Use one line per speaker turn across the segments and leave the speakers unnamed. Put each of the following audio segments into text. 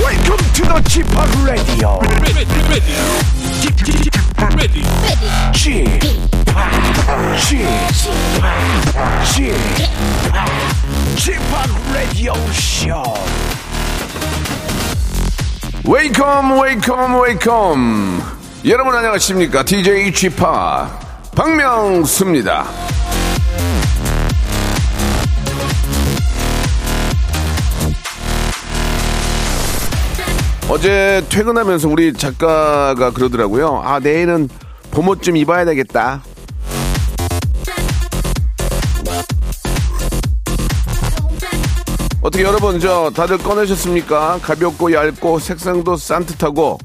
Welcome to the Chip Radio.
ready, ready, ready, ready.
Chip, Chip, Chip, Chip Radio Show.
웨이컴 웨이컴 웨이컴 여러분 안녕하십니까 DJ g 파 박명수입니다 어제 퇴근하면서 우리 작가가 그러더라고요 아 내일은 봄옷 좀 입어야 되겠다 어떻게 여러분 저 다들 꺼내셨습니까? 가볍고 얇고 색상도 산뜻하고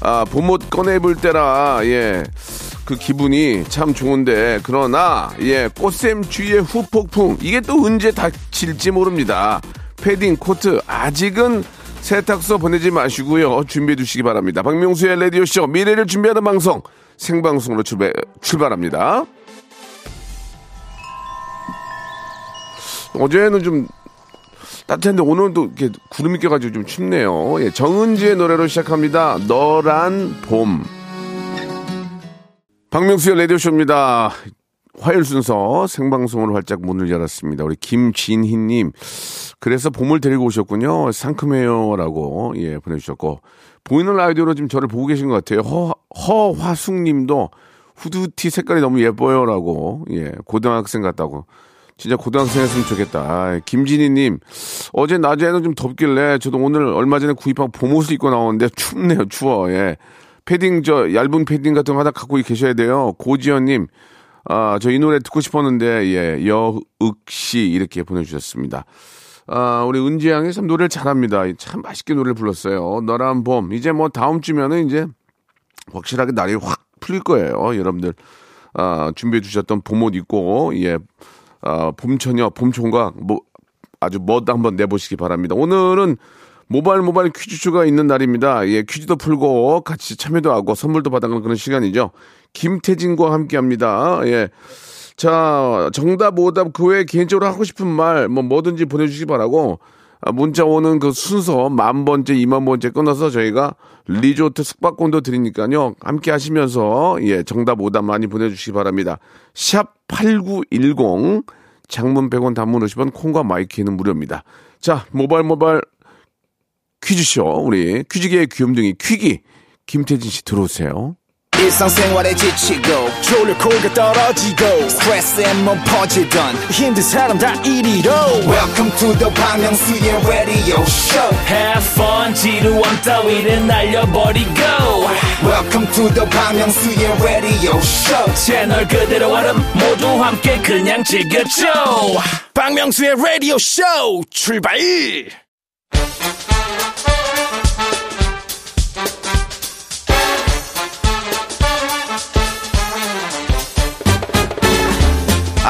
아 봄옷 꺼내 입을 때라 예 그 기분이 참 좋은데 그러나 예 꽃샘추위의 후폭풍 이게 또 언제 닥칠지 모릅니다. 패딩 코트 아직은 세탁소 보내지 마시고요 준비해 주시기 바랍니다. 박명수의 라디오 쇼 미래를 준비하는 방송 생방송으로 출발 출발합니다. 어제는 좀 따뜻한데 오늘도 이렇게 구름이 껴가지고 좀 춥네요. 예, 정은지의 노래로 시작합니다. 너란 봄. 박명수의 라디오쇼입니다. 화요일 순서 생방송으로 활짝 문을 열었습니다. 우리 김진희님. 그래서 봄을 데리고 오셨군요. 상큼해요라고 예 보내주셨고 보이는 라디오로 지금 저를 보고 계신 것 같아요. 허, 허화숙님도 후드티 색깔이 너무 예뻐요라고 예 고등학생 같다고 진짜 고등학생이었으면 좋겠다. 아, 김진희님 어제 낮에는 좀 덥길래 저도 오늘 얼마 전에 구입한 봄옷을 입고 나왔는데 춥네요 추워 예 패딩 저 얇은 패딩 같은 거 하나 갖고 계셔야 돼요 고지연님 아, 저 이 노래 듣고 싶었는데, 예, 여윽씨 이렇게 보내주셨습니다. 아, 우리 은지 양이 참 노래를 잘합니다. 참 맛있게 노래를 불렀어요. 너란 봄. 이제 뭐 다음 주면은 이제 확실하게 날이 확 풀릴 거예요. 여러분들, 아, 준비해 주셨던 봄옷 입고, 예, 아, 봄처녀, 봄총각, 뭐, 아주 멋 한번 내보시기 바랍니다. 오늘은 모바일 모바일 퀴즈쇼가 있는 날입니다. 예, 퀴즈도 풀고 같이 참여도 하고 선물도 받아가는 그런 시간이죠. 김태진과 함께합니다. 예. 자, 정답, 오답, 그 외에 개인적으로 하고 싶은 말, 뭐, 뭐든지 보내주시기 바라고, 아, 문자 오는 그 순서, 만 번째, 이만 번째 끊어서 저희가 리조트 숙박권도 드리니까요. 함께 하시면서, 예, 정답, 오답 많이 보내주시기 바랍니다. 샵8910, 장문 100원, 단문 50원, 콩과 마이키는 무료입니다. 자, 모발, 모발, 퀴즈쇼, 우리 퀴즈계의 귀염둥이 퀴기, 김태진 씨 들어오세요.
일상생활에 지치고, 졸려 코가 떨어지고, 스트레스에 몸 퍼지던, 힘든 사람 다 이리로. welcome to the Bang Myung-soo's radio show
Have fun 지루함 따위를 날려버리고
welcome to the Bang Myung-soo's radio show
채널 그대로 얼음 모두 함께 그냥 즐겨줘
박명수의 라디오 쇼 출발!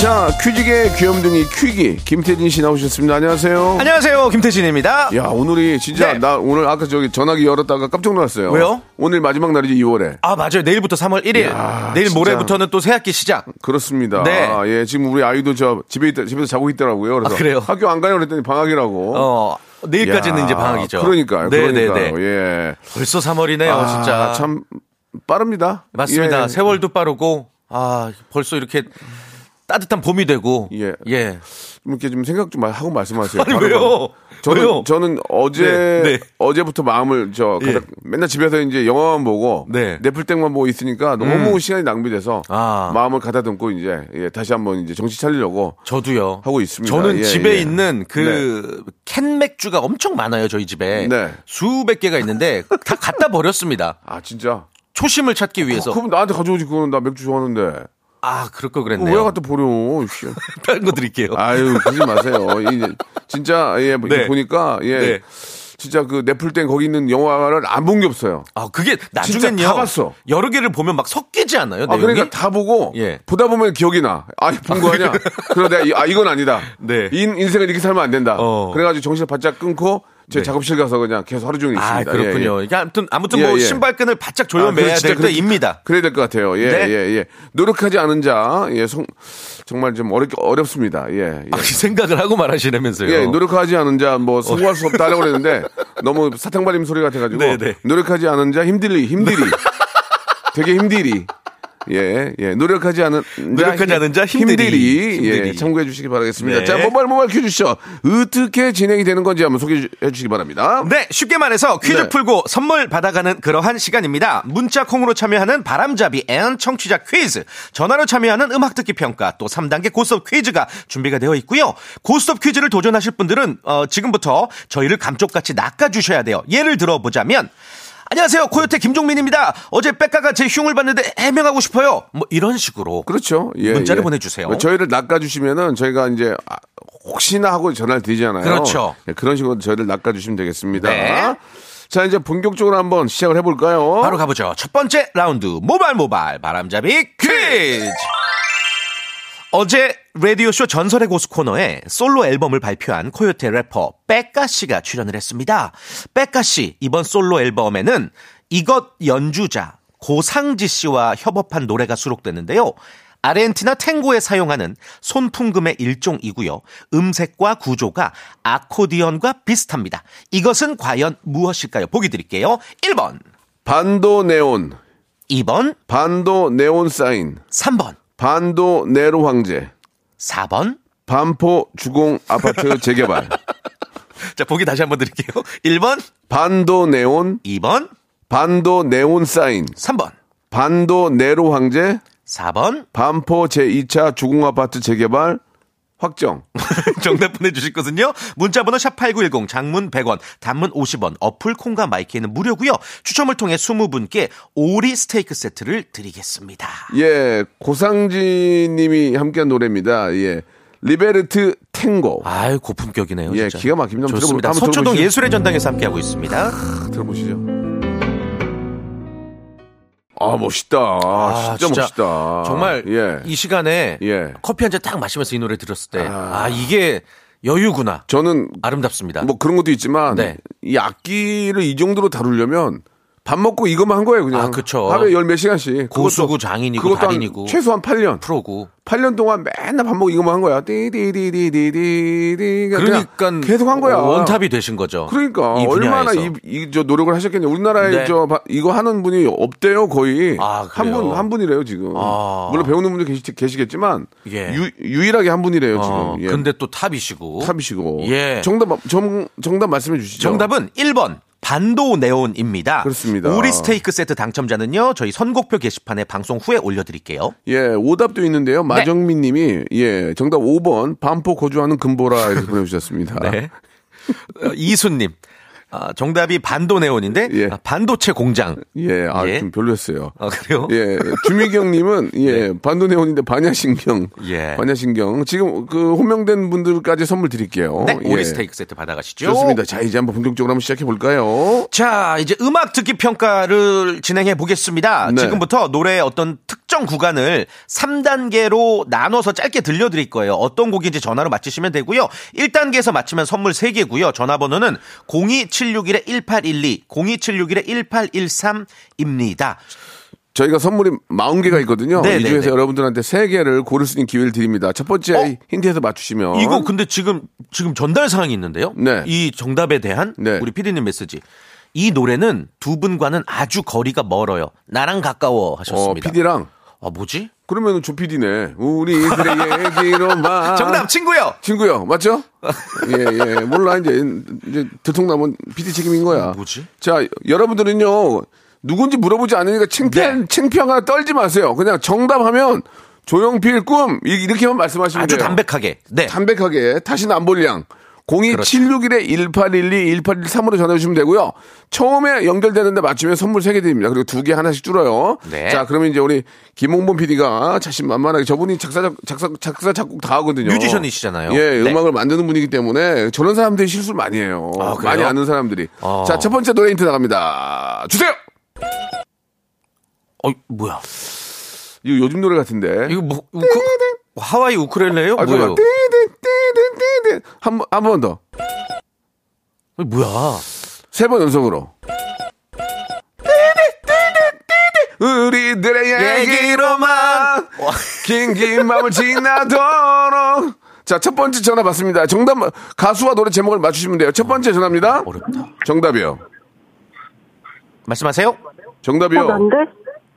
자 퀴즈계 귀염둥이 퀴기 김태진 씨 나오셨습니다. 안녕하세요.
안녕하세요, 김태진입니다.
야 오늘이 진짜
네.
나 오늘 아까 저기 전화기 열었다가 깜짝 놀랐어요.
왜요?
오늘 마지막 날이지 2월에.
아, 맞아요. 내일부터 3월 1일.
야,
내일
진짜.
모레부터는 또 새학기 시작.
그렇습니다.
네.
아, 예, 지금 우리 아이도 저 집에 있다, 집에서 자고 있더라고요. 그래서
아, 그래요?
학교 안 가요 그랬더니 방학이라고.
어, 내일까지는
야,
이제 방학이죠.
그러니까요.
네,
그러니까요.
네, 네.
예.
벌써 3월이네요,
아,
진짜.
참 빠릅니다.
맞습니다.
예.
세월도 빠르고, 아, 벌써 이렇게 따뜻한 봄이 되고.
예.
예.
좀 이렇게 좀 생각 좀 하고 말씀하세요.
아니,
바로바로.
왜요?
저는
왜요?
저는 어제
네, 네.
어제부터 마음을 저
예.
가다- 맨날 집에서 이제 영화만 보고
네. 음.
넷플릭만 보고 있으니까 너무 시간이 낭비돼서
아.
마음을 가다듬고 이제 예, 다시 한번 이제 정신 차리려고
저도요.
하고 있습니다.
저는
예,
집에
예.
있는 그 캔맥주가 엄청 많아요, 저희 집에.
네.
수백 개가 있는데 다 갖다 버렸습니다.
아 진짜. 어,
초심을 찾기 위해서.
그럼 나한테 가져오지 그거는 나 맥주 좋아하는데.
아, 그럴 걸
왜
그랬네요.
갖다 버려? 씨. 아.
다른 거 드릴게요.
아유 그러지 마세요. 이 진짜 예
네.
보니까 예.
네.
진짜 그 네플땡 거기 있는 영화를 안 본 게 없어요.
아 그게 나중엔요.
진짜 다 봤어.
여러 개를 보면 막 섞이지 않아요?
아,
내용이?
그러니까 다 보고
네, 예. 그러니까.
보다 보면 기억이 나. 아, 본 거 아니야? 그래 내가 이- 아 이건 아니다.
네.
인, 인생은 이렇게 살면 안 된다.
어.
그래가지고 정신을 바짝 끊고 제
네.
작업실 가서 그냥 계속 하루 종일
아
있습니다. 예,
그렇군요.
예.
그러니까 아무튼 아무튼
예,
뭐
예.
신발끈을
아,
바짝 조여매야
그렇지,
될
그렇-
때입니다.
그래야 될 것 같아요. 예,
네.
예, 예. 노력하지 않은 자, 예, 송- 정말 좀 어렵, 어렵습니다. 예, 예.
아, 그 생각을 하고 말하시라면서요.
예, 노력하지 않은 자, 뭐, 성공할 수 없다라고 그랬는데, 너무 사탕발림 소리 같아가지고,
네, 네.
노력하지 않은 자, 힘들리, 힘들이. 되게 힘들이. 예, 예, 노력하지 않은 자,
노력하지 않은 자, 힘들이. 힘들이.
예, 참고해 주시기 바라겠습니다.
네.
자, 모발 모발 퀴즈 쇼. 어떻게 진행이 되는 건지 한번 소개해 주시기 바랍니다.
네, 쉽게 말해서 퀴즈
네.
풀고 선물 받아가는 그러한 시간입니다. 문자 콩으로 참여하는 바람잡이 앤 청취자 퀴즈, 전화로 참여하는 음악 듣기 평가, 또 3단계 고스톱 퀴즈가 준비가 되어 있고요. 고스톱 퀴즈를 도전하실 분들은 어, 지금부터 저희를 감쪽같이 낚아주셔야 돼요. 예를 들어보자면 안녕하세요. 코요태 김종민입니다. 어제 백가가 제 흉을 봤는데 해명하고 싶어요. 뭐 이런 식으로.
그렇죠. 예,
문자를
예.
보내주세요.
저희를 낚아주시면은 저희가 이제 아, 혹시나 하고 전화를 드리잖아요.
그렇죠.
예, 그런 식으로 저희를 낚아주시면 되겠습니다.
네.
자, 이제 본격적으로 한번 시작을 해볼까요?
바로 가보죠. 첫 번째 라운드 모발 모발 바람잡이 퀴즈. 어제 라디오쇼 전설의 고수 코너에 솔로 앨범을 발표한 코요태 래퍼 백가 씨가 출연을 했습니다. 백가 씨 이번 솔로 앨범에는 이것 연주자 고상지 씨와 협업한 노래가 수록됐는데요. 아르헨티나 탱고에 사용하는 손풍금의 일종이고요. 음색과 구조가 아코디언과 비슷합니다. 이것은 과연 무엇일까요? 보기 드릴게요. 1번,
반도 네온,
2번,
반도 네온 사인,
3번,
반도 네로 황제,
4번.
반포 주공 아파트 재개발,
자, 보기 다시 한번 드릴게요. 1번,
반도 네온,
2번,
반도 네온 사인,
3번,
반도 네로 황제,
4번.
반포 제2차 주공 아파트 재개발 확정.
정답 보내주실 것은요. 문자번호 샵8910 장문 100원, 단문 50원, 어플 콩과 마이키는 무료고요 추첨을 통해 20분께 오리 스테이크 세트를 드리겠습니다.
예, 고상지 님이 함께한 노래입니다. 예. 리베르트 탱고.
아유, 고품격이네요.
예,
진짜.
기가 막힙니다. 한번
좋습니다.
들어보- 한번
서초동
들어보시죠. 음.
예술의 전당에서 함께하고 있습니다.
들어보시죠. 아, 멋있다.
아,
진짜, 멋있다.
정말
예.
이 시간에
예.
커피 한 잔 딱 마시면서 이 노래 들었을 때, 아 이게 여유구나.
저는
아름답습니다.
뭐 그런 것도 있지만
네.
이 악기를 이 정도로 다루려면 밥 먹고 이것만 한 거예요, 그냥.
아, 그쵸.
하루에 열 몇 시간씩.
고수고 장인이고
그것도 한
달인이고.
최소한 8년.
프로고.
8년 동안 맨날 밥 먹고 이것만 한 거야. 띠디디디디디.
그러니까
계속 한 거야.
원탑이 되신 거죠.
그러니까
이
얼마나
분야에서.
이저 노력을 하셨겠냐. 우리나라에
네.
저 바- 이거 하는 분이 없대요 거의
아,
한
그래요?
분 한 분이래요 지금.
아.
물론 배우는 분들 계시, 계시겠지만
예.
유, 일하게한 분이래요 지금.
어,
예.
근데 또 탑이시고.
탑이시고.
예.
정답 정, 정답 말씀해 주시죠.
정답은 1번. 반도 네온입니다.
그렇습니다.
오리 스테이크 세트 당첨자는요, 저희 선곡표 게시판에 방송 후에 올려드릴게요.
예, 오답도 있는데요.
네.
마정민 님이 예, 정답 5번 반포 거주하는 금보라 이렇게 보내 주셨습니다.
네. 어, 이수님. 아, 정답이 반도 네온인데,
예.
아, 반도체 공장.
예, 아,
예.
좀 별로였어요.
아, 그래요?
예, 주미경님은 예 반도네온인데 반야신경,
예.
반야신경 지금 그 호명된 분들까지 선물 드릴게요.
네, 오리
예.
스테이크 세트 받아가시죠.
좋습니다. 자 이제 한번 본격적으로 한번 시작해 볼까요?
자, 이제 음악 듣기 평가를 진행해 보겠습니다.
네.
지금부터 노래의 어떤 특정 구간을 3단계로 나눠서 짧게 들려드릴 거예요. 어떤 곡인지 전화로 맞히시면 되고요. 1단계에서 맞히면 선물 3개고요. 전화번호는 02761-1812, 02761-1813입니다.
저희가 선물이 40개가 있거든요.
네,
이
네,
중에서
네.
여러분들한테 세개를 고를 수 있는 기회를 드립니다. 첫 번째
어?
힌트에서 맞추시면
이거 근데 지금, 지금 전달 사항이 있는데요.
어? 네.
이 정답에 대한
네.
우리 피디님 메시지. 이 노래는 두 분과는 아주 거리가 멀어요. 나랑 가까워
어,
하셨습니다.
PD랑
아, 뭐지?
그러면 조 PD네. 우리들의 얘기로만
정답 친구요.
친구요, 맞죠? 예, 예. 몰라, 이제, 이제 들통나면 PD 책임인 거야.
어, 뭐지?
자, 여러분들은요, 누군지 물어보지 않으니까 창피한,
네.
창피한가 떨지 마세요. 그냥 정답하면 조용필 꿈, 이- 이렇게만 말씀하시면
아주
돼요.
담백하게. 네. 그렇죠.
담백하게, 다시는 안 볼양. 02761-1812-1813으로 전화주시면 되고요. 처음에 연결되는데 맞추면 선물 3개 드립니다. 그리고 2개 하나씩 줄어요.
네.
자, 그러면 이제 우리 김홍범 PD가 자신만만하게 저분이 작사, 작- 작사, 작사, 작곡 다 하거든요.
뮤지션이시잖아요.
예,
네.
음악을 만드는 분이기 때문에 저런 사람들이 실수를 많이 해요.
아, 그래요?
많이 아는 사람들이.
어.
자, 첫 번째 노래 힌트 나갑니다. 주세요!
어, 뭐야?
이거 요즘 노래 같은데.
이거 뭐 우크... 하와이 우크렐레예요?
아, 잠깐만.
뭐예요?
띠디디디디디. 한, 번- 한번 더.
이거 뭐야?
세 번 연속으로. 띠디디디디디. 우리들의 얘기로만
와.
긴 긴 밤을 지나도록. 자, 첫 번째 전화 받습니다. 정답, 가수와 노래 제목을 맞추시면 돼요. 첫 번째 전화입니다.
어렵다.
정답이요.
말씀하세요.
어,
정답이요.
난데?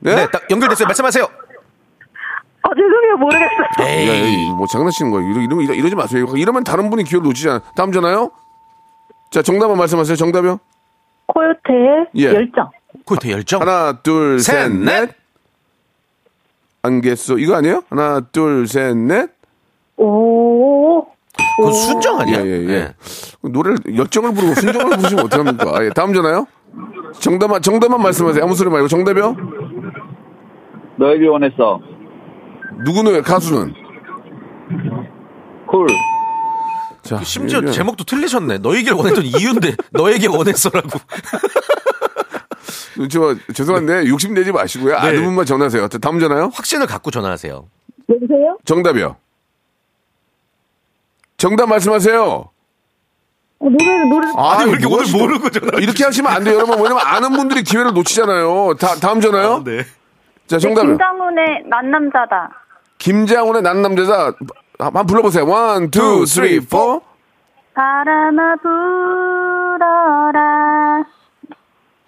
예?
네, 딱 연결됐어요. 말씀하세요.
아 죄송해요 모르겠어요.
야, 야,
에이.
이거 뭐 장난치는 거예요. 이러, 이러, 이러- 이러지 마세요. 이러면 다른 분이 기회를 놓치잖아요. 다음 전화요? 자, 정답만 말씀하세요. 정답이요?
코요태의
예.
열정.
코요태 열정.
하나, 둘, 셋, 넷. 안겠소. 이거 아니에요? 하나, 둘, 셋, 넷.
오.
그건 순정
예,
아니야?
예, 예.
예.
노래를, 열정을 부르고 순정을 부르시면 어떡합니까? 아, 예. 다음 전화요? 정답만, 정답만 말씀하세요. 아무 소리 말고. 정답이요?
너에게 원했어.
누구는, 가수는?
쿨.
자,
그
예,
심지어
이거-
제목도 틀리셨네. 너에게 원했던 이유인데 너에게 원했어라고.
저, 죄송한데,
네.
욕심 내지 마시고요. 아는 분만 전화하세요. 자, 다음 전화요?
확신을 갖고 전화하세요.
여보세요?
정답이요? 정답 말씀하세요.
어, 노래 노래
아니,
왜 이렇게
뭐
오늘
하시죠?
모르고 전화를
이렇게 하시면 안 돼요, 여러분. 왜냐면 아는 분들이 기회를 놓치잖아요. 다, 다음 전화요?
네.
자, 정답은
김장훈의 만남자다.
김장훈의 난 남자다. 한번 불러보세요. 원, 투, 쓰리, 포.
바람아 불어라.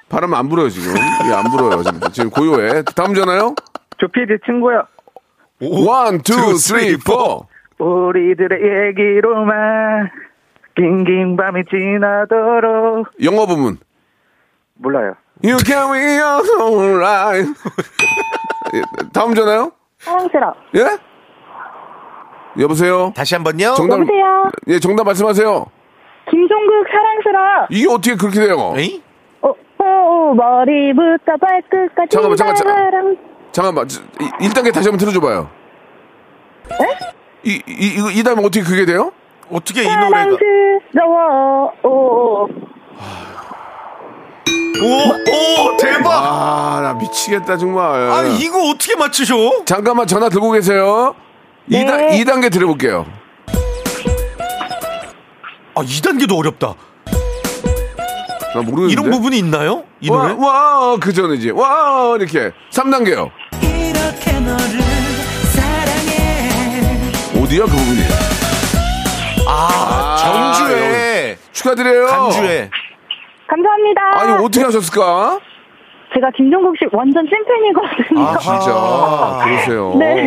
바람 안 불어요, 지금. 예, 안 불어요, 지금. 지금 고요해. 다음 전화요?
조피디 친구야.
원, 투, 쓰리, 포.
우리들의 얘기로만 긴긴 밤이 지나도록.
영어 부분.
몰라요.
You carry your own life. 예, 다음 전화요?
사랑스러워.
예? 여보세요?
다시 한번요.
정답,
여보세요?
예, 정답 말씀하세요.
김종국 사랑스러워.
이게 어떻게 그렇게 돼요?
에이?
오, 오, 오, 머리부터 발끝까지
잠깐만, 잠깐만, 잠깐만.
사랑.
잠깐만, 저, 이- 1단계 다시 한번 들어줘봐요.
네?
이, 이, 이거, 이 다음에 어떻게 그게 돼요?
어떻게 이 노래가?
사랑스러워. 어, 오, 오, 오.
오, 오, 대박.
아, 나 미치겠다, 정말.
뭐? 아, 이거 어떻게 맞추셔?
잠깐만 전화 들고 계세요. 이
네.
2단, 이단계 들어볼게요.
아, 2단계도 어렵다.
나 모르겠는데.
이런 부분이 있나요? 이 노래?
와, 와, 그 전이지. 와, 이렇게. 3단계요. 어디야, 그 부분이?
아, 정주에
축하드려요.
어.
간주에
감사합니다.
아니, 어떻게 하셨을까?
제가 김종국 씨 완전 찐팬이거든요.
아, 진짜. 그러세요.
네.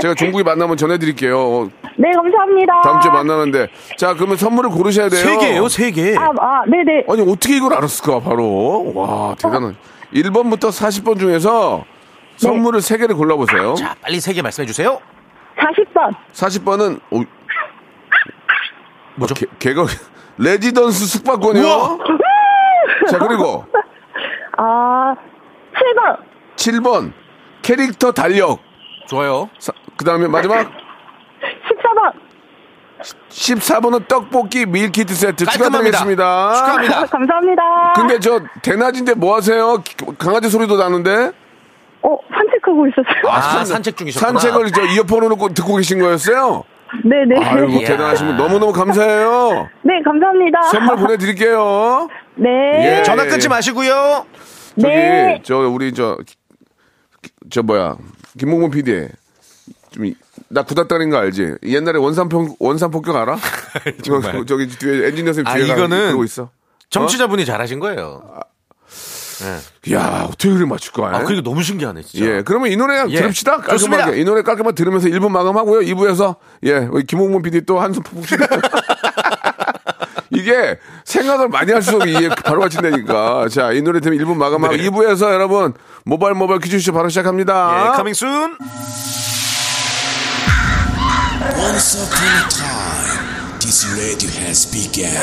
제가 종국이 만나면 전해드릴게요.
네, 감사합니다.
다음 주에 만나는데. 자, 그러면 선물을 고르셔야 돼요.
세 개예요, 세 개.
아, 아, 네네.
아니 어떻게 이걸 알았을까 바로 와 대단한 1번부터 40번 중에서 선물을 세 3개를 골라보세요
네. 자, 빨리 세 개 말씀해 주세요.
40번.
40번은 오, 뭐
뭐죠?
개, 개가 레지던스 숙박권이요 자 그리고
아, 7번.
7번 캐릭터 달력
좋아요.
그 다음에 마지막
14번.
14번은 떡볶이 밀키트 세트
깔끔합니다.
축하드리겠습니다
아,
축하합니다.
감사합니다.
근데 저 대낮인데 뭐 하세요 기- 강아지 소리도 나는데
어, 산책하고 있었어요.
아, 산책 중이셨구나.
산책을 저 이어폰으로 놓고 듣고 계신 거였어요
네네.
아이고
이야.
대단하신 분 너무너무 감사해요
네, 감사합니다.
선물 보내드릴게요.
네.
예.
전화 끊지 마시고요.
저기
네.
저 우리 저 저 뭐야 김홍범 PD 좀나 구닥다리인 거 알지? 옛날에 원산폭 원산폭격 알아?
정말.
저기 뒤에 엔지니어 선생님
아,
뒤에 가
이거는-
그러고 있어.
정치자분이 잘하신 거예요.
야 어떻게 그래 맞출까?
아, 그게 너무 신기하네, 진짜.
예, 그러면 이 노래
예.
들읍시다. 깔끔하게.
좋습니다.
이 노래 깔끔하게 들으면서 1부 마감하고요. 2부에서, 예, 우리 김홍문 PD 또 한숨 푹푹 쉬고. 이게 생각을 많이 할수록 이게 바로 맞힌다니까. 자, 이 노래 들으면 1부 마감하고 2부에서 여러분, 모바일 모바일 퀴즈쇼 바로 시작합니다.
네. 예, coming soon.
This radio has begun.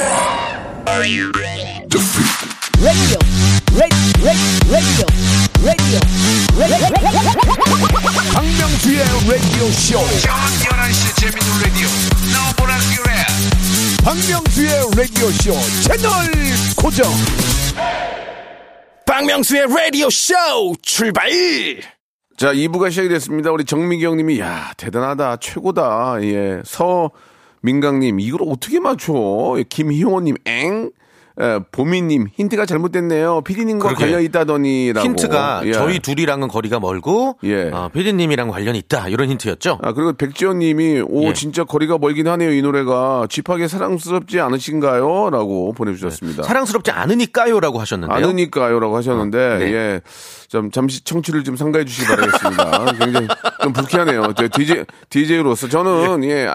박명수의 라디오 쇼. 박명수의 라디오 쇼 채널 고정.
박명수의 라디오 쇼 출발!
자, 2부가 시작이 됐습니다. 우리 정민경 님이, 야, 대단하다. 최고다. 예. 서민강 님, 이걸 어떻게 맞춰? 예, 김희원 님, 엥? 에, 보민 님, 힌트가 잘못됐네요. 피디님과
그러게.
걸려있다더니. 라고.
힌트가
예.
저희 둘이랑은 거리가 멀고
예.
어, 피디님이랑 관련이 있다 이런 힌트였죠.
아, 그리고 백지원 님이, 오,
예.
진짜 거리가 멀긴 하네요. 이 노래가. 집하게 사랑스럽지 않으신가요? 라고 보내주셨습니다.
네. 사랑스럽지 않으니까요라고 하셨는데요.
않으니까요라고 하셨는데
네.
예. 좀 잠시 청취를 좀 상가해 주시기 바라겠습니다. 굉장히 좀 불쾌하네요. 저 DJ DJ로서 저는 예,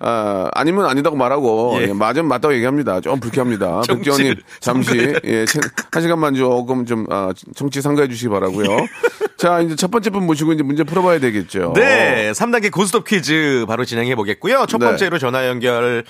아, 니면 아니다고 말하고 예. 맞으면 맞다고 얘기합니다. 좀 불쾌합니다.
청취를
백지원님 잠시 예, 채- 한 시간만 조금 좀 아, 청취 상가해 주시기 바라고요. 자, 이제 첫 번째 분 모시고 이제 문제 풀어 봐야 되겠죠.
네, 3단계 고스톱 퀴즈 바로 진행해 보겠고요. 첫
네.
번째로 전화 연결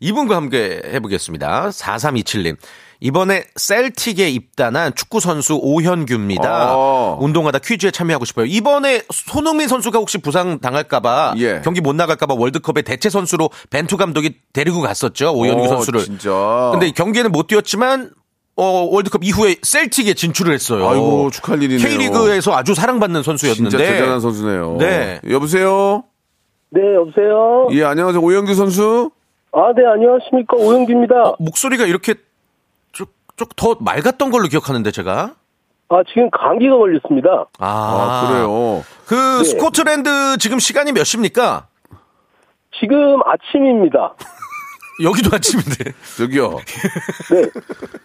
이분과 함께 해보겠습니다. 4327님. 이번에 셀틱에 입단한 축구 선수 오현규입니다.
어.
운동하다 퀴즈에 참여하고 싶어요. 이번에 손흥민 선수가 혹시 부상 당할까봐
예.
경기 못 나갈까봐 월드컵에 대체 선수로 벤투 감독이 데리고 갔었죠 오현규
어,
선수를.
진짜.
근데 경기에는 못 뛰었지만 어, 월드컵 이후에 셀틱에 진출을 했어요.
아이고, 축하할 일이네요.
K리그에서 아주 사랑받는 선수였는데
진짜 대단한 선수네요.
네. 어?
여보세요.
네, 여보세요?
예, 안녕하세요. 오영규 선수.
아, 네, 안녕하십니까. 오영기입니다.
어.
목소리가 이렇게 쭉쭉더 맑았던 걸로 기억하는데 제가
아, 지금 감기가 걸렸습니다.
아,
아 그래요.
그
네.
스코틀랜드 지금 시간이 몇 시입니까?
지금 아침입니다.
여기도 아침인데
저기요.
네.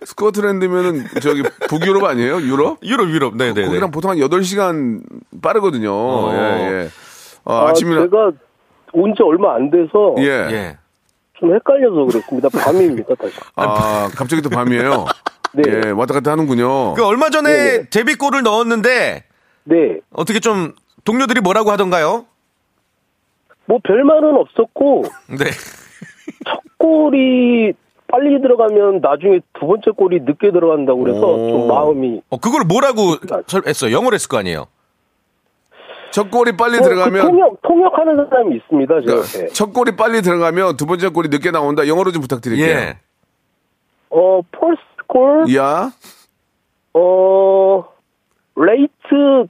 스코틀랜드면은 저기 북유럽 아니에요? 유럽?
유럽 유럽 네네네
거기랑 보통 한 8시간 빠르거든요.
어.
예, 예. 아, 침이라
제가 온 지 얼마 안 돼서
예.
예
좀 헷갈려서 그렇습니다. 밤입니다, 다시.
아, 갑자기 또 밤이에요.
네.
예, 왔다 갔다 하는군요.
그 얼마
네,
전에 데뷔골을 넣었는데
네.
어떻게 좀 동료들이 뭐라고 하던가요?
뭐 별말은 없었고
네
골이 빨리 들어가면 나중에 두 번째 골이 늦게 들어간다고 그래서
오.
좀 마음이
어, 그걸 뭐라고 설- 했어요? 영어로 했을 거 아니에요?
첫 골이 빨리
어, 그 네.
들어가면 네. 그러니까
통역 통역하는 사람이 있습니다 저한테
첫 골이 빨리 들어가면 두 번째 골이 늦게 나온다. 영어로 좀 부탁드릴게요. 네,
예
어 폴스 골
야.
어 레이트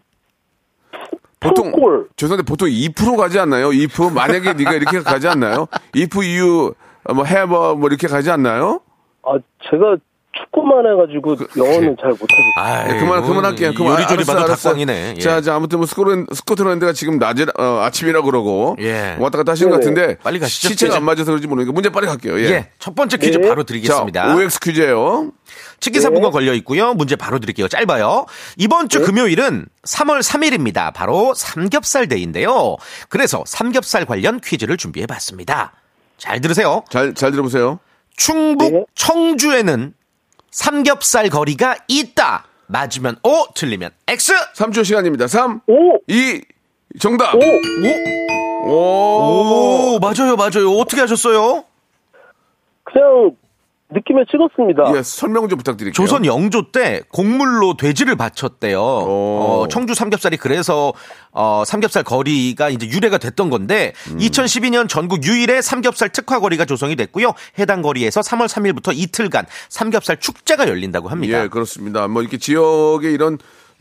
보통
골.
죄송한데 보통 2% 가지 않나요? 2% 만약에 네가 이렇게 가지 않나요? if you 어, 뭐 have a 뭐 이렇게 가지 않나요?
아 제가 축구만 해가지고
그, 예.
영어는 잘 못하고
아
네, 그만 그만할게요. 그만
요리조리
알았어,
봐도
알았어.
닭광이네 예.
자, 자 아무튼 뭐 스코틀랜, 스코틀랜드가 지금 낮에 어, 아침이라 그러고
예.
왔다 갔다 하시는 것
네네.
같은데
빨리 가시죠.
시체가
퀴즈.
안 맞아서 그런지 모르니까 문제 빨리 갈게요. 예.
예, 첫 번째 퀴즈
네.
바로
자,
드리겠습니다.
OX 퀴즈예요.
치기사부가 걸려 있고요. 문제 바로 드릴게요. 짧아요. 이번 주 금요일은 3월 3일입니다. 바로 삼겹살 데이인데요. 그래서 삼겹살 관련 퀴즈를 준비해 봤습니다. 잘 들으세요.
잘 잘 들어보세요.
네.
충북 청주에는 삼겹살 거리가 있다. 맞으면 O, 틀리면 X.
3초 시간입니다. 3,
오
2, 정답. 오. 오.
오, 맞아요, 맞아요. 어떻게 하셨어요?
그냥 느낌에 찍었습니다
예, 설명 좀 부탁드릴게요.
조선 영조 때 곡물로 돼지를 바쳤대요.
오.
어, 청주 삼겹살이 그래서 어, 삼겹살 거리가 이제 유래가 됐던 건데
음.
2012년 전국 유일의 삼겹살 특화 거리가 조성이 됐고요. 해당 거리에서 3월 3일부터 이틀간 삼겹살 축제가 열린다고 합니다.
예, 그렇습니다. 뭐 이렇게 지역에 이런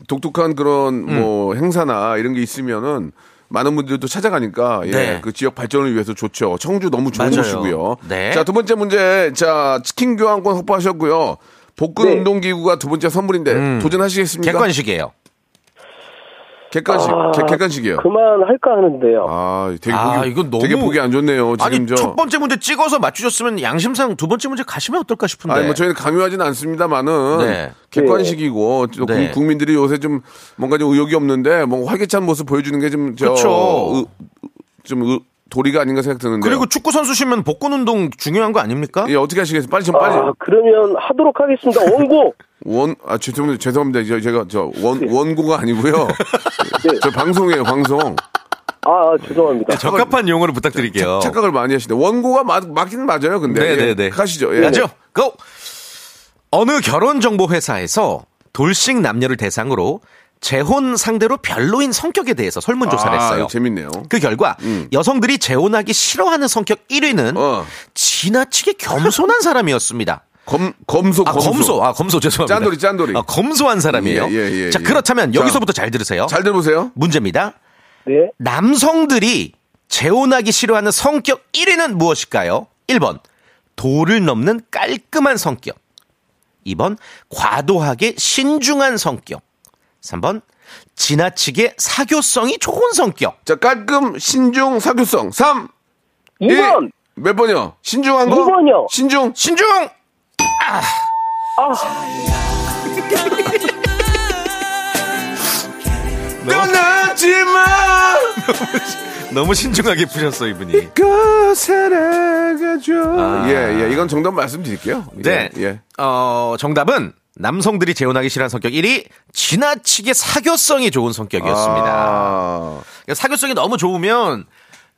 독특한 그런
음.
뭐 행사나 이런 게 있으면은 많은 분들도 찾아가니까 예,
네.
그 지역 발전을 위해서 좋죠. 청주 너무 좋은
맞아요.
곳이고요.
네.
자, 두 번째 문제. 자, 치킨 교환권 확보하셨고요. 복근
네.
운동 기구가 두 번째 선물인데 도전하시겠습니까?
음. 객관식이에요.
객관식.
아,
객- 객관식이요.
그만할까 하는데요
아, 되게 보기,
아, 이건 너무-
되게 보기 안 좋네요. 지금
아니
저
첫 번째 문제 찍어서 맞추셨으면 양심상 두 번째 문제 가시면 어떨까 싶은데.
아니 뭐 저희는 강요하지는 않습니다만은
네.
객관식이고 또
네.
국- 국민들이 요새 좀 뭔가 좀 의욕이 없는데 뭐 활기찬 모습 보여주는 게 좀 저
그쵸.
좀 의- 도리가 아닌가 생각 드는데
그리고 축구 선수시면 복근 운동 중요한 거 아닙니까?
예 어떻게 하시겠어요? 빨리 좀
아,
빨리
그러면 하도록 하겠습니다 원고
원아 죄송합니다 죄송합니다 예, 저- 제가 저 원 원고가 아니고요 저 방송이에요 방송
아, 아, 죄송합니다.
적합한 용어를 부탁드릴게요.
착각을 많이 하시네. 원고가 맞, 맞긴 맞아요, 근데. 예,
네네네.
가시죠. 예.
가죠. 고! 어느 결혼정보회사에서 돌싱 남녀를 대상으로 재혼 상대로 별로인 성격에 대해서 설문조사를
아,
했어요.
재밌네요. 음.
그 결과 여성들이 재혼하기 싫어하는 성격 1위는
어.
지나치게 겸손한 사람이었습니다.
검, 어, 검소,
아 검소. 아 검소 죄송합니다.
짠돌이, 짠돌이.
아, 검소한 사람이에요.
예, 예, 예,
자
예.
그렇다면
자,
여기서부터 잘 들으세요.
잘 들어보세요.
문제입니다.
네.
남성들이 재혼하기 싫어하는 성격 1위는 무엇일까요? 1번 도를 넘는 깔끔한 성격 2번 과도하게 신중한 성격 3번 지나치게 사교성이 좋은 성격
자, 깔끔, 신중, 사교성. 3,
2번!
몇 번이요? 신중한 거?
이 번이요.
신중.
신중 아.
떠나지 마!
너무 신중하게 푸셨어 이분이
그 사랑해줘.
아.
예, 예. 이건 정답 말씀드릴게요. 예,
네.
예.
어, 정답은 남성들이 재혼하기 싫어하는 성격 1위 지나치게 사교성이 좋은 성격이었습니다.
아,
그러니까 사교성이 너무 좋으면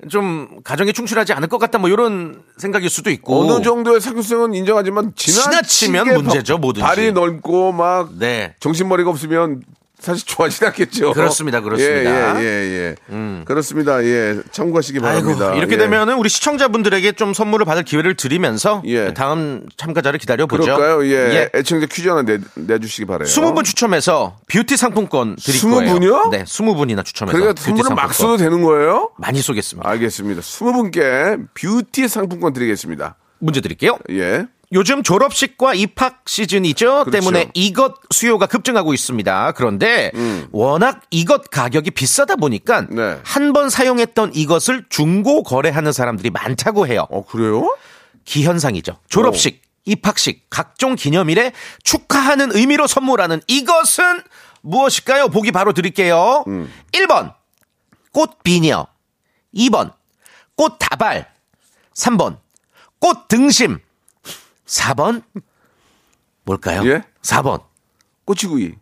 좀 가정에 충실하지 않을 것 같다 뭐 이런 생각일 수도 있고
어느 정도의 사교성은 인정하지만
지나치면
지나치게
문제죠,
바-
뭐든지.
발이 넓고 막
네.
정신머리가 없으면 사실 좋아하진 않겠죠.
그렇습니다, 그렇습니다. 음.
예, 예, 예. 예. 그렇습니다. 예. 참고하시기
아이고,
바랍니다.
이렇게
예.
되면은 우리 시청자분들에게 좀 선물을 받을 기회를 드리면서
예.
다음 참가자를 기다려 보죠.
그럴까요? 예. 애청자 퀴즈 하나 내, 내주시기 바래요.
20분 추첨해서 뷰티 상품권 드릴
20
거예요.
분이요?
네, 20분이나 추첨해서
그러니까
뷰티
선물은 막
상품권.
써도 되는 거예요?
많이 쏘겠습니다.
알겠습니다. 20분께 뷰티 상품권 드리겠습니다.
문제 드릴게요.
예.
요즘 졸업식과 입학 시즌이죠.
그렇죠.
때문에 이것 수요가 급증하고 있습니다. 그런데 워낙 이것 가격이 비싸다 보니까
음. 네.
한 번 사용했던 이것을 중고 거래하는 사람들이 많다고 해요.
어, 그래요?
기현상이죠. 졸업식, 입학식, 각종 기념일에 축하하는 의미로 선물하는 이것은 무엇일까요? 보기 바로 드릴게요.
음.
1번, 꽃비녀. 2번, 꽃다발. 3번, 꽃등심. 4번, 뭘까요?
예?
4번.
꼬치구이.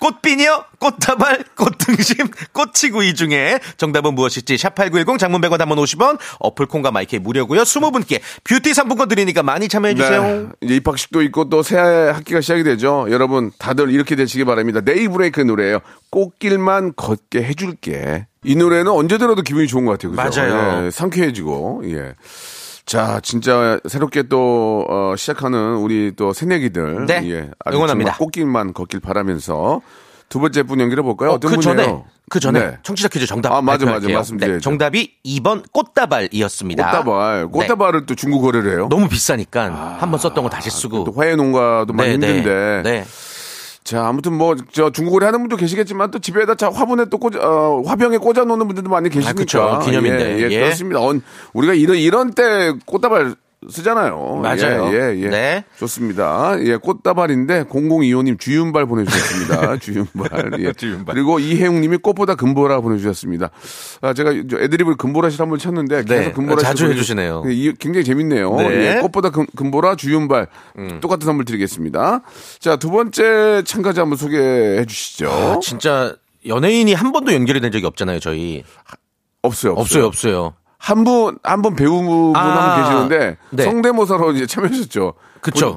꽃비녀, 꽃다발, 꽃등심, 꽃치구이 중에 정답은 무엇일지 샵8910 장문 100원 단문 50원 어플콘과 마이크 무료고요. 20분께 뷰티 상품권 드리니까 많이 참여해 주세요.
네. 이제 입학식도 있고 또 새 학기가 시작이 되죠. 여러분 다들 이렇게 되시기 바랍니다. 네이브레이크 노래예요. 꽃길만 걷게 해줄게. 이 노래는 언제 들어도 기분이 좋은 것 같아요. 그죠?
맞아요.
예, 상쾌해지고 예. 자, 진짜 새롭게 또 어, 시작하는 우리 또 새내기들
네,
예, 아주
응원합니다.
정말 꽃길만 걷길 바라면서 두 번째 분 연결해 볼까요?
어,
어, 떤
그
분이에요?
전에 그 전에
네.
청취자 퀴즈 정답
아, 맞아, 맞아.
발표할게요. 네,
말씀드려야죠.
정답이 2번 꽃다발이었습니다.
꽃다발,
네,
꽃다발을 또 중국 거래를 해요.
너무 비싸니까 한번 썼던 거 다시 쓰고.
또 화훼 농가도 많이 힘든데.
네, 네.
자, 아무튼 뭐 저 중국어를 하는 분도 계시겠지만 또 집에다 자 화분에 또 꽂아 어, 화병에 꽂아 놓는 분들도 많이 계시니까.
그쵸.
예,
기념인데.
예,
예.
그렇습니다. 언, 우리가 이런 이런 때 꽃다발 쓰잖아요.
맞아요.
예, 예, 예.
네.
좋습니다. 예, 꽃다발인데 0025님 주윤발 보내주셨습니다. 주윤발. 예.
주윤발.
그리고 이혜웅님이 꽃보다 금보라 보내주셨습니다. 아, 제가 저 애드립을 금보라 씨를 한번 쳤는데
네.
계속 금보라
자주
씨를
해주시네요.
보내주- 예, 이- 굉장히 재밌네요.
네.
예, 꽃보다 금, 금보라 주윤발 똑같은 선물 드리겠습니다. 자 두 번째 참가자 한번 소개해 주시죠.
아, 진짜 연예인이 한 번도 연결이 된 적이 없잖아요, 저희.
없어요, 없어요.
없어요, 없어요.
한 분, 한 분 배우분
아,
한 분 계시는데
네.
성대모사로 이제 참여하셨죠.
그쵸.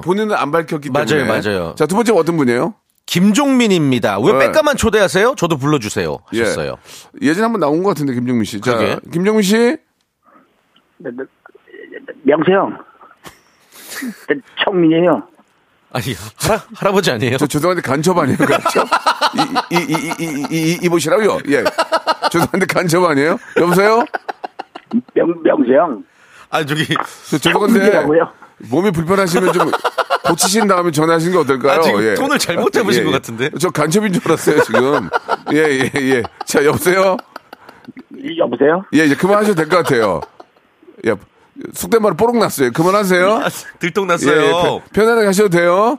본, 본인은 안 밝혔기
맞아요,
때문에.
맞아요.
자 두 번째 어떤 분이에요?
김종민입니다. 왜
네.
백가만 초대하세요? 저도 불러주세요. 하셨어요.
예. 예전에 한번 나온 것 같은데 김종민 씨. 자
그러게.
김종민 씨.
명수 형. 청민이에요.
아니 할아, 할아버지 아니에요?
저 죄송한데 간첩 아니에요? 간첩? 이이이이이 이보시라고요. 예. 죄송한데 간첩 아니에요? 여보세요?
명, 명수 형.
아 저기
저
아,
죄송한데
청민이라고요?
몸이 불편하시면 좀 고치신 다음에 전화하신 게 어떨까요? 예.
아, 지금 톤을 잘못 잡으신 것 같은데?
저 간첩인 줄 알았어요 지금. 예 예 예, 자 여보세요.
여보세요?
예 이제 그만하셔도 될 것 같아요. 예. 속된 말로 뽀록 났어요. 그만하세요.
아,
예,
들통났어요.
예, 편- 편안하게 하셔도 돼요.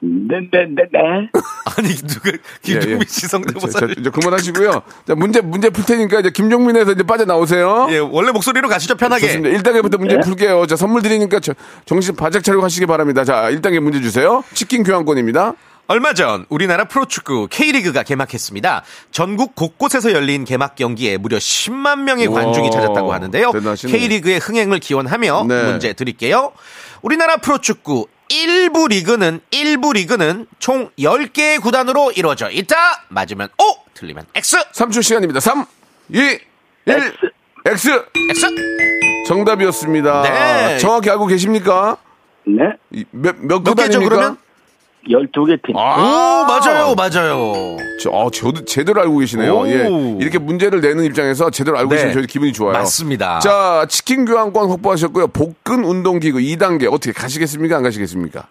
네, 네, 네, 네.
아니 누가 김종민 씨
예, 자, 자,
성대모사를
이제 그만하시고요. 자, 문제, 문제 풀 테니까 이제 김종민에서 이제 빠져나오세요.
예 원래 목소리로 가시죠 편하게.
좋습니다. 1단계부터
네.
문제 풀게요. 자, 선물 드리니까 저- 정신 바짝 차리고 하시기 바랍니다. 자, 1단계 문제 주세요. 치킨 교환권입니다.
얼마 전 우리나라 프로축구 K리그가 개막했습니다. 전국 곳곳에서 열린 개막 경기에 무려 10만 명의 관중이
우와,
찾았다고 하는데요.
대단하시네.
K리그의 흥행을 기원하며
네.
문제 드릴게요. 우리나라 프로축구 1부 리그는 1부 리그는 총 10개의 구단으로 이루어져 있다. 맞으면 O, 틀리면 X.
3초 시간입니다. 3, 2, 1, X.
X.
정답이었습니다.
네.
정확히 알고 계십니까?
네.
이- 몇, 몇,
몇 개죠,
구단입니까?
그러면?
12개 팀.
아,
오, 맞아요, 맞아요.
저, 어, 저도 제대로 알고 계시네요.
오.
예. 이렇게 문제를 내는 입장에서 제대로 알고
네.
계시면 저희 기분이 좋아요.
맞습니다.
자, 치킨 교환권 확보하셨고요. 복근 운동기구 2단계 어떻게 가시겠습니까? 안 가시겠습니까?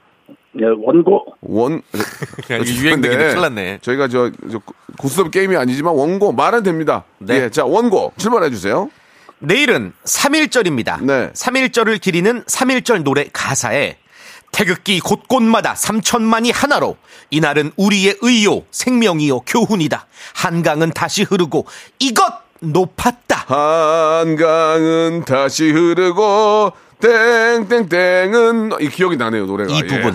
예, 원고.
원그
야, 이게 유행되긴 해. 큰일 났네.
저희가 저, 저 고스톱 게임이 아니지만 원고 말은 됩니다.
네.
예, 자 원고 출발해 주세요.
내일은 3.1절입니다.
네.
3.1절을 기리는 3.1절 노래 가사에 태극기 곳곳마다 3천만이 하나로 이날은 우리의 의요, 생명이요, 교훈이다. 한강은 다시 흐르고 이것 높았다.
아, 한강은 다시 흐르고 땡땡땡은 이 기억이 나네요 노래가
이
예.
부분.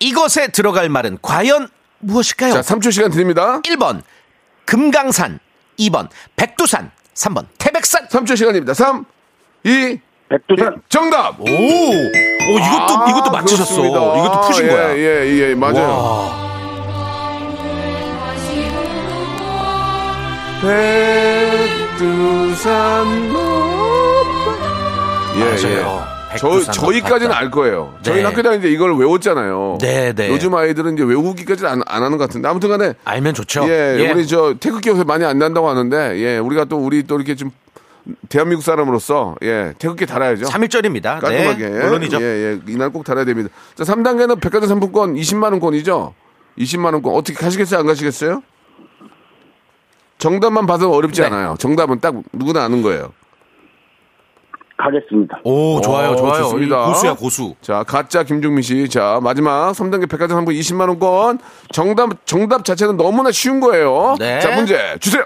이것에 들어갈 말은 과연 무엇일까요?
자 3초 시간 드립니다.
1번 금강산, 2번 백두산, 3번 태백산.
3초 시간입니다. 3, 2, 예.
백두산.
정답.
오, 오 이것도
아,
이것도 맞추셨어.
그렇습니다.
이것도 푸신
아,
거야.
예, 예, 예, 맞아요.
와.
백두산 예,
맞아요.
예. 저,
백두산
저희까지는
높았다.
알 거예요.
네.
저희 학교 다닐 때 이걸 외웠잖아요.
네, 네.
요즘 아이들은 이제 외우기까지는 안, 안 하는 것 같은데. 아무튼 간에,
알면 좋죠.
예, 우리 저 태극기 요새 많이 안 난다고 하는데, 예, 우리가 또 우리 또 이렇게 좀 대한민국 사람으로서, 예, 태극기 달아야죠.
3일절입니다.
깔끔하게.
네, 물론이죠.
예, 예. 이날 꼭 달아야 됩니다. 자, 3단계는 백화점 상품권 20만원권이죠? 20만원권. 어떻게 가시겠어요? 안 가시겠어요? 정답만 봐서 어렵지
네.
않아요. 정답은 딱 누구나 아는 거예요.
가겠습니다.
오, 어, 좋아요,
오,
좋아요.
어, 좋습니다.
고수야, 고수.
자, 가짜 김종민 씨. 자, 마지막 3단계 백화점 상품 20만원권. 정답, 정답 자체는 너무나 쉬운 거예요.
네.
자, 문제 주세요.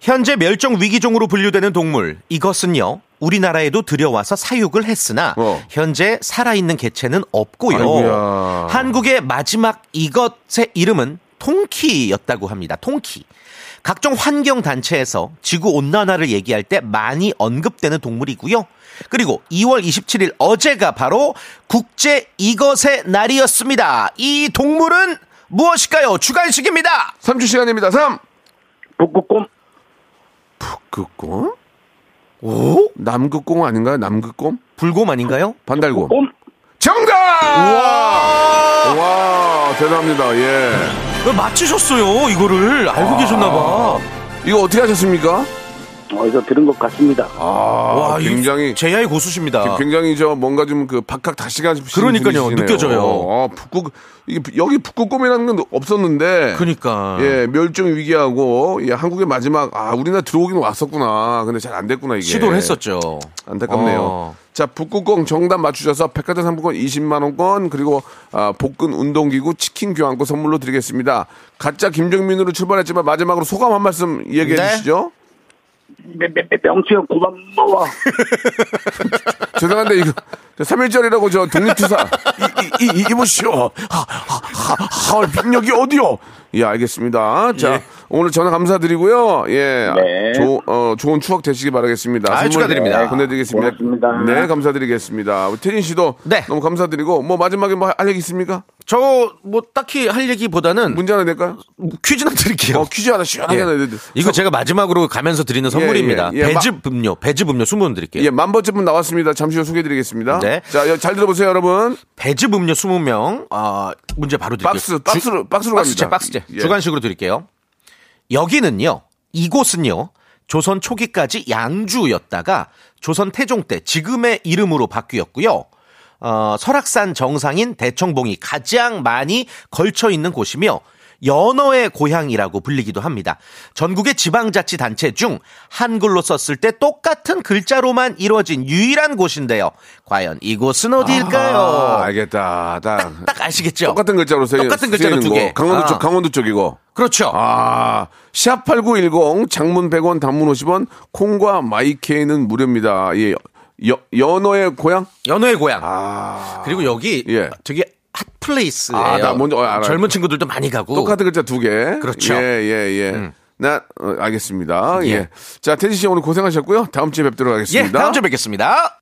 현재 멸종 위기종으로 분류되는 동물 이것은요. 우리나라에도 들여와서 사육을 했으나
어.
현재 살아있는 개체는 없고요.
아이고야.
한국의 마지막 이것의 이름은 통키였다고 합니다. 통키. 각종 환경 단체에서 지구 온난화를 얘기할 때 많이 언급되는 동물이고요. 그리고 2월 27일 어제가 바로 국제 이것의 날이었습니다. 이 동물은 무엇일까요? 주간식입니다.
3주 시간입니다. 3.
북극곰.
극곰? 오? 남극곰 아닌가요? 남극곰?
불곰 아닌가요?
반달곰.
곰.
정답! 우와! 대단합니다. 예.
왜 맞추셨어요 이거를 알고 계셨나봐
이거 어떻게 하셨습니까?
어디서 들은 것 같습니다.
아, 굉장히.
제야의 고수십니다
굉장히 저 뭔가 좀 그 박학 다시가 좀
그러니까요, 느껴져요.
어, 아, 북극 이게 여기 북극곰이라는 건 없었는데
그러니까
예 멸종 위기하고 예 한국의 마지막 아 우리나라 들어오긴 왔었구나 근데 잘 안 됐구나 이게
시도를 했었죠
안타깝네요.
어.
자, 북극곰 정답 맞추셔서 백화점 상품권 20만 원권 그리고 아, 복근 운동기구 치킨 교환권 선물로 드리겠습니다. 가짜 김정민으로 출발했지만 마지막으로 소감 한 말씀 얘기해
네.
주시죠.
매- 매- 매- 명수형 고마워.
죄송한데 이거 3일절이라고 저 독립투사 이, 이, 이, 이보시오. 하, 하, 하, 하얼 빈력이 어디요? 예, 알겠습니다. 자,
예.
오늘 전화 감사드리고요. 예.
네.
조- 어, 좋은 추억 되시기 바라겠습니다.
아,
선물
축하드립니다.
보내드리겠습니다.
고맙습니다.
네, 감사드리겠습니다. 우리 태진 씨도
네.
너무 감사드리고 뭐 마지막에 뭐 할 얘기 있습니까?
저 뭐 딱히 할 얘기보다는
문제 하나 낼까요?
퀴즈나 드릴게요
어, 퀴즈 하나 시원하게
예.
하나 내
이거 제가 마지막으로 가면서 드리는 선물입니다
예, 예.
배즙 음료 배즙 음료 20분 드릴게요
예, 만 번째 분 나왔습니다. 잠시 후에 소개해 드리겠습니다.
네.
자, 여- 잘 들어보세요, 여러분.
배즙 음료 20명 아 문제 바로 드릴게요
박스, 박스로, 박스로
박스째
갑니다.
박스째
예.
주간식으로 드릴게요 여기는요 이곳은요 조선 초기까지 양주였다가 조선 태종 때 지금의 이름으로 바뀌었고요 어, 설악산 정상인 대청봉이 가장 많이 걸쳐 있는 곳이며 연어의 고향이라고 불리기도 합니다. 전국의 지방자치단체 중 한글로 썼을 때 똑같은 글자로만 이루어진 유일한 곳인데요. 과연 이곳은 어디일까요?
아, 알겠다. 딱,
딱 아시겠죠?
똑같은 글자로 쓰여
똑같은 글자로
쓰이는
두
거.
개.
강원도
아.
쪽, 강원도 쪽이고.
그렇죠.
아, 샵8910 장문 100원 단문 50원 콩과 마이케이는 무료입니다. 예. 여, 연어의 고향?
연어의 고향. 그리고 여기
아. 예.
되게 핫 플레이스예요.
아, 나 뭔지 어, 알아요.
젊은 친구들도 많이 가고.
똑같은 글자 두 개.
그렇죠.
예, 예, 예.
음.
나 어, 알겠습니다. 예.
예.
자, 태진 씨 오늘 고생하셨고요. 다음 주에 뵙도록 하겠습니다.
예, 다음 주에 뵙겠습니다.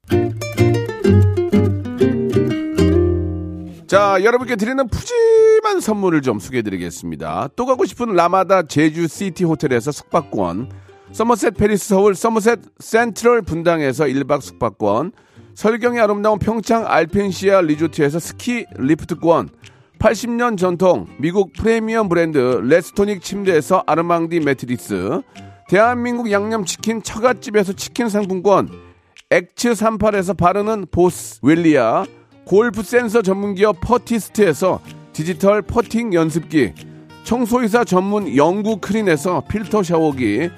자, 여러분께 드리는 푸짐한 선물을 좀 소개해드리겠습니다. 또 가고 싶은 라마다 제주 시티 호텔에서 숙박권, 서머셋 페리스 서울 서머셋 센트럴 분당에서 1박 숙박권, 설경이 아름다운 평창 알펜시아 리조트에서 스키 리프트권, 80년 전통 미국 프리미엄 브랜드 레스토닉 침대에서 아르망디 매트리스, 대한민국 양념치킨 처갓집에서 치킨 상품권, 엑츠38에서 바르는 보스 웰리아 골프 센서 전문기업 퍼티스트에서 디지털 퍼팅 연습기 청소이사 전문 영구 크린에서 필터 샤워기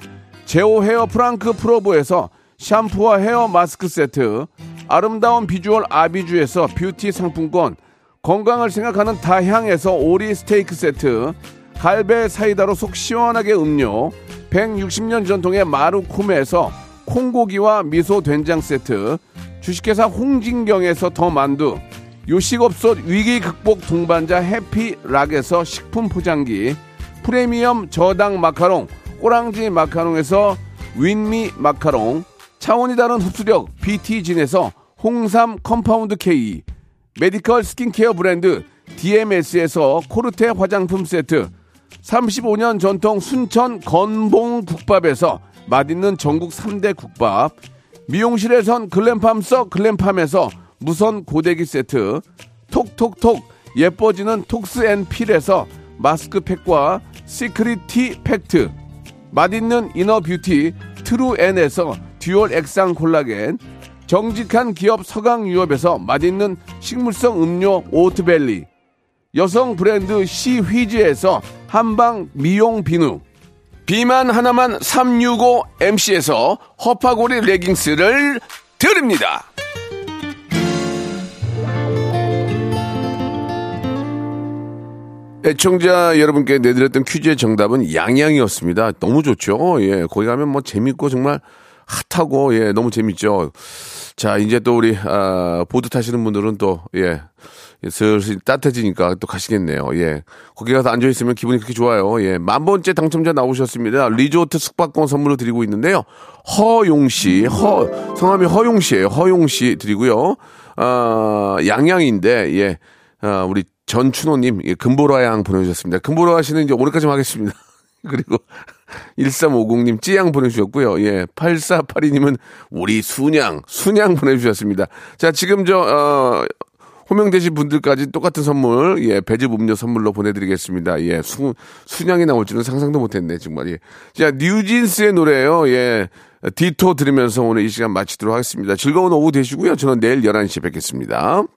제오 헤어 프랑크 프로보에서 샴푸와 헤어 마스크 세트 아름다운 비주얼 아비주에서 뷰티 상품권 건강을 생각하는 다향에서 오리 스테이크 세트 갈배 사이다로 속 시원하게 음료 160년 전통의 마루코메에서 콩고기와 미소 된장 세트 주식회사 홍진경에서 더 만두 요식업소 위기 극복 동반자 해피락에서 식품 포장기 프리미엄 저당 마카롱 꼬랑지 마카롱에서 윈미 마카롱 차원이 다른 흡수력 BT진에서 홍삼 컴파운드 K 메디컬 스킨케어 브랜드 DMS에서 코르테 화장품 세트 35년 전통 순천 건봉 국밥에서 맛있는 전국 3대 국밥 미용실에선 글램팜 써 글램팜에서 무선 고데기 세트 톡톡톡 예뻐지는 톡스앤필에서 마스크팩과 시크릿 티 팩트 맛있는 이너 뷰티 트루엔에서 듀얼 액상 콜라겐 정직한 기업 서강유업에서 맛있는 식물성 음료 오트벨리 여성 브랜드 시휘즈에서 한방 미용 비누 비만 하나만 365 MC에서 허파고리 레깅스를 드립니다 애청자 여러분께 내드렸던 퀴즈의 정답은 양양이었습니다. 너무 좋죠. 예, 거기 가면 뭐 재밌고 정말 핫하고 예, 너무 재밌죠. 자, 이제 또 우리 아, 보드 타시는 분들은 또 예, 슬슬 따뜻해지니까 또 가시겠네요. 예, 거기 가서 앉아 있으면 기분이 그렇게 좋아요. 예, 만 번째 당첨자 나오셨습니다. 리조트 숙박권 선물로 드리고 있는데요. 허용 씨, 허 성함이 허용 씨예요. 허용 씨 드리고요. 아, 양양인데 예. 아, 우리 전춘호님, 예, 금보라양 보내주셨습니다. 금보라 씨는 이제 올해까지 하겠습니다. 그리고 1350님 찌양 보내주셨고요. 예, 8482님은 우리 순양, 순양 보내주셨습니다. 자, 지금 저, 어, 호명되신 분들까지 똑같은 선물, 예, 배즙 음료 선물로 보내드리겠습니다. 예, 수, 순양이 나올 줄은 상상도 못했네, 정말. 예. 자, 뉴진스의 노래예요 예, 디토 들으면서 오늘 이 시간 마치도록 하겠습니다. 즐거운 오후 되시고요. 저는 내일 11시에 뵙겠습니다.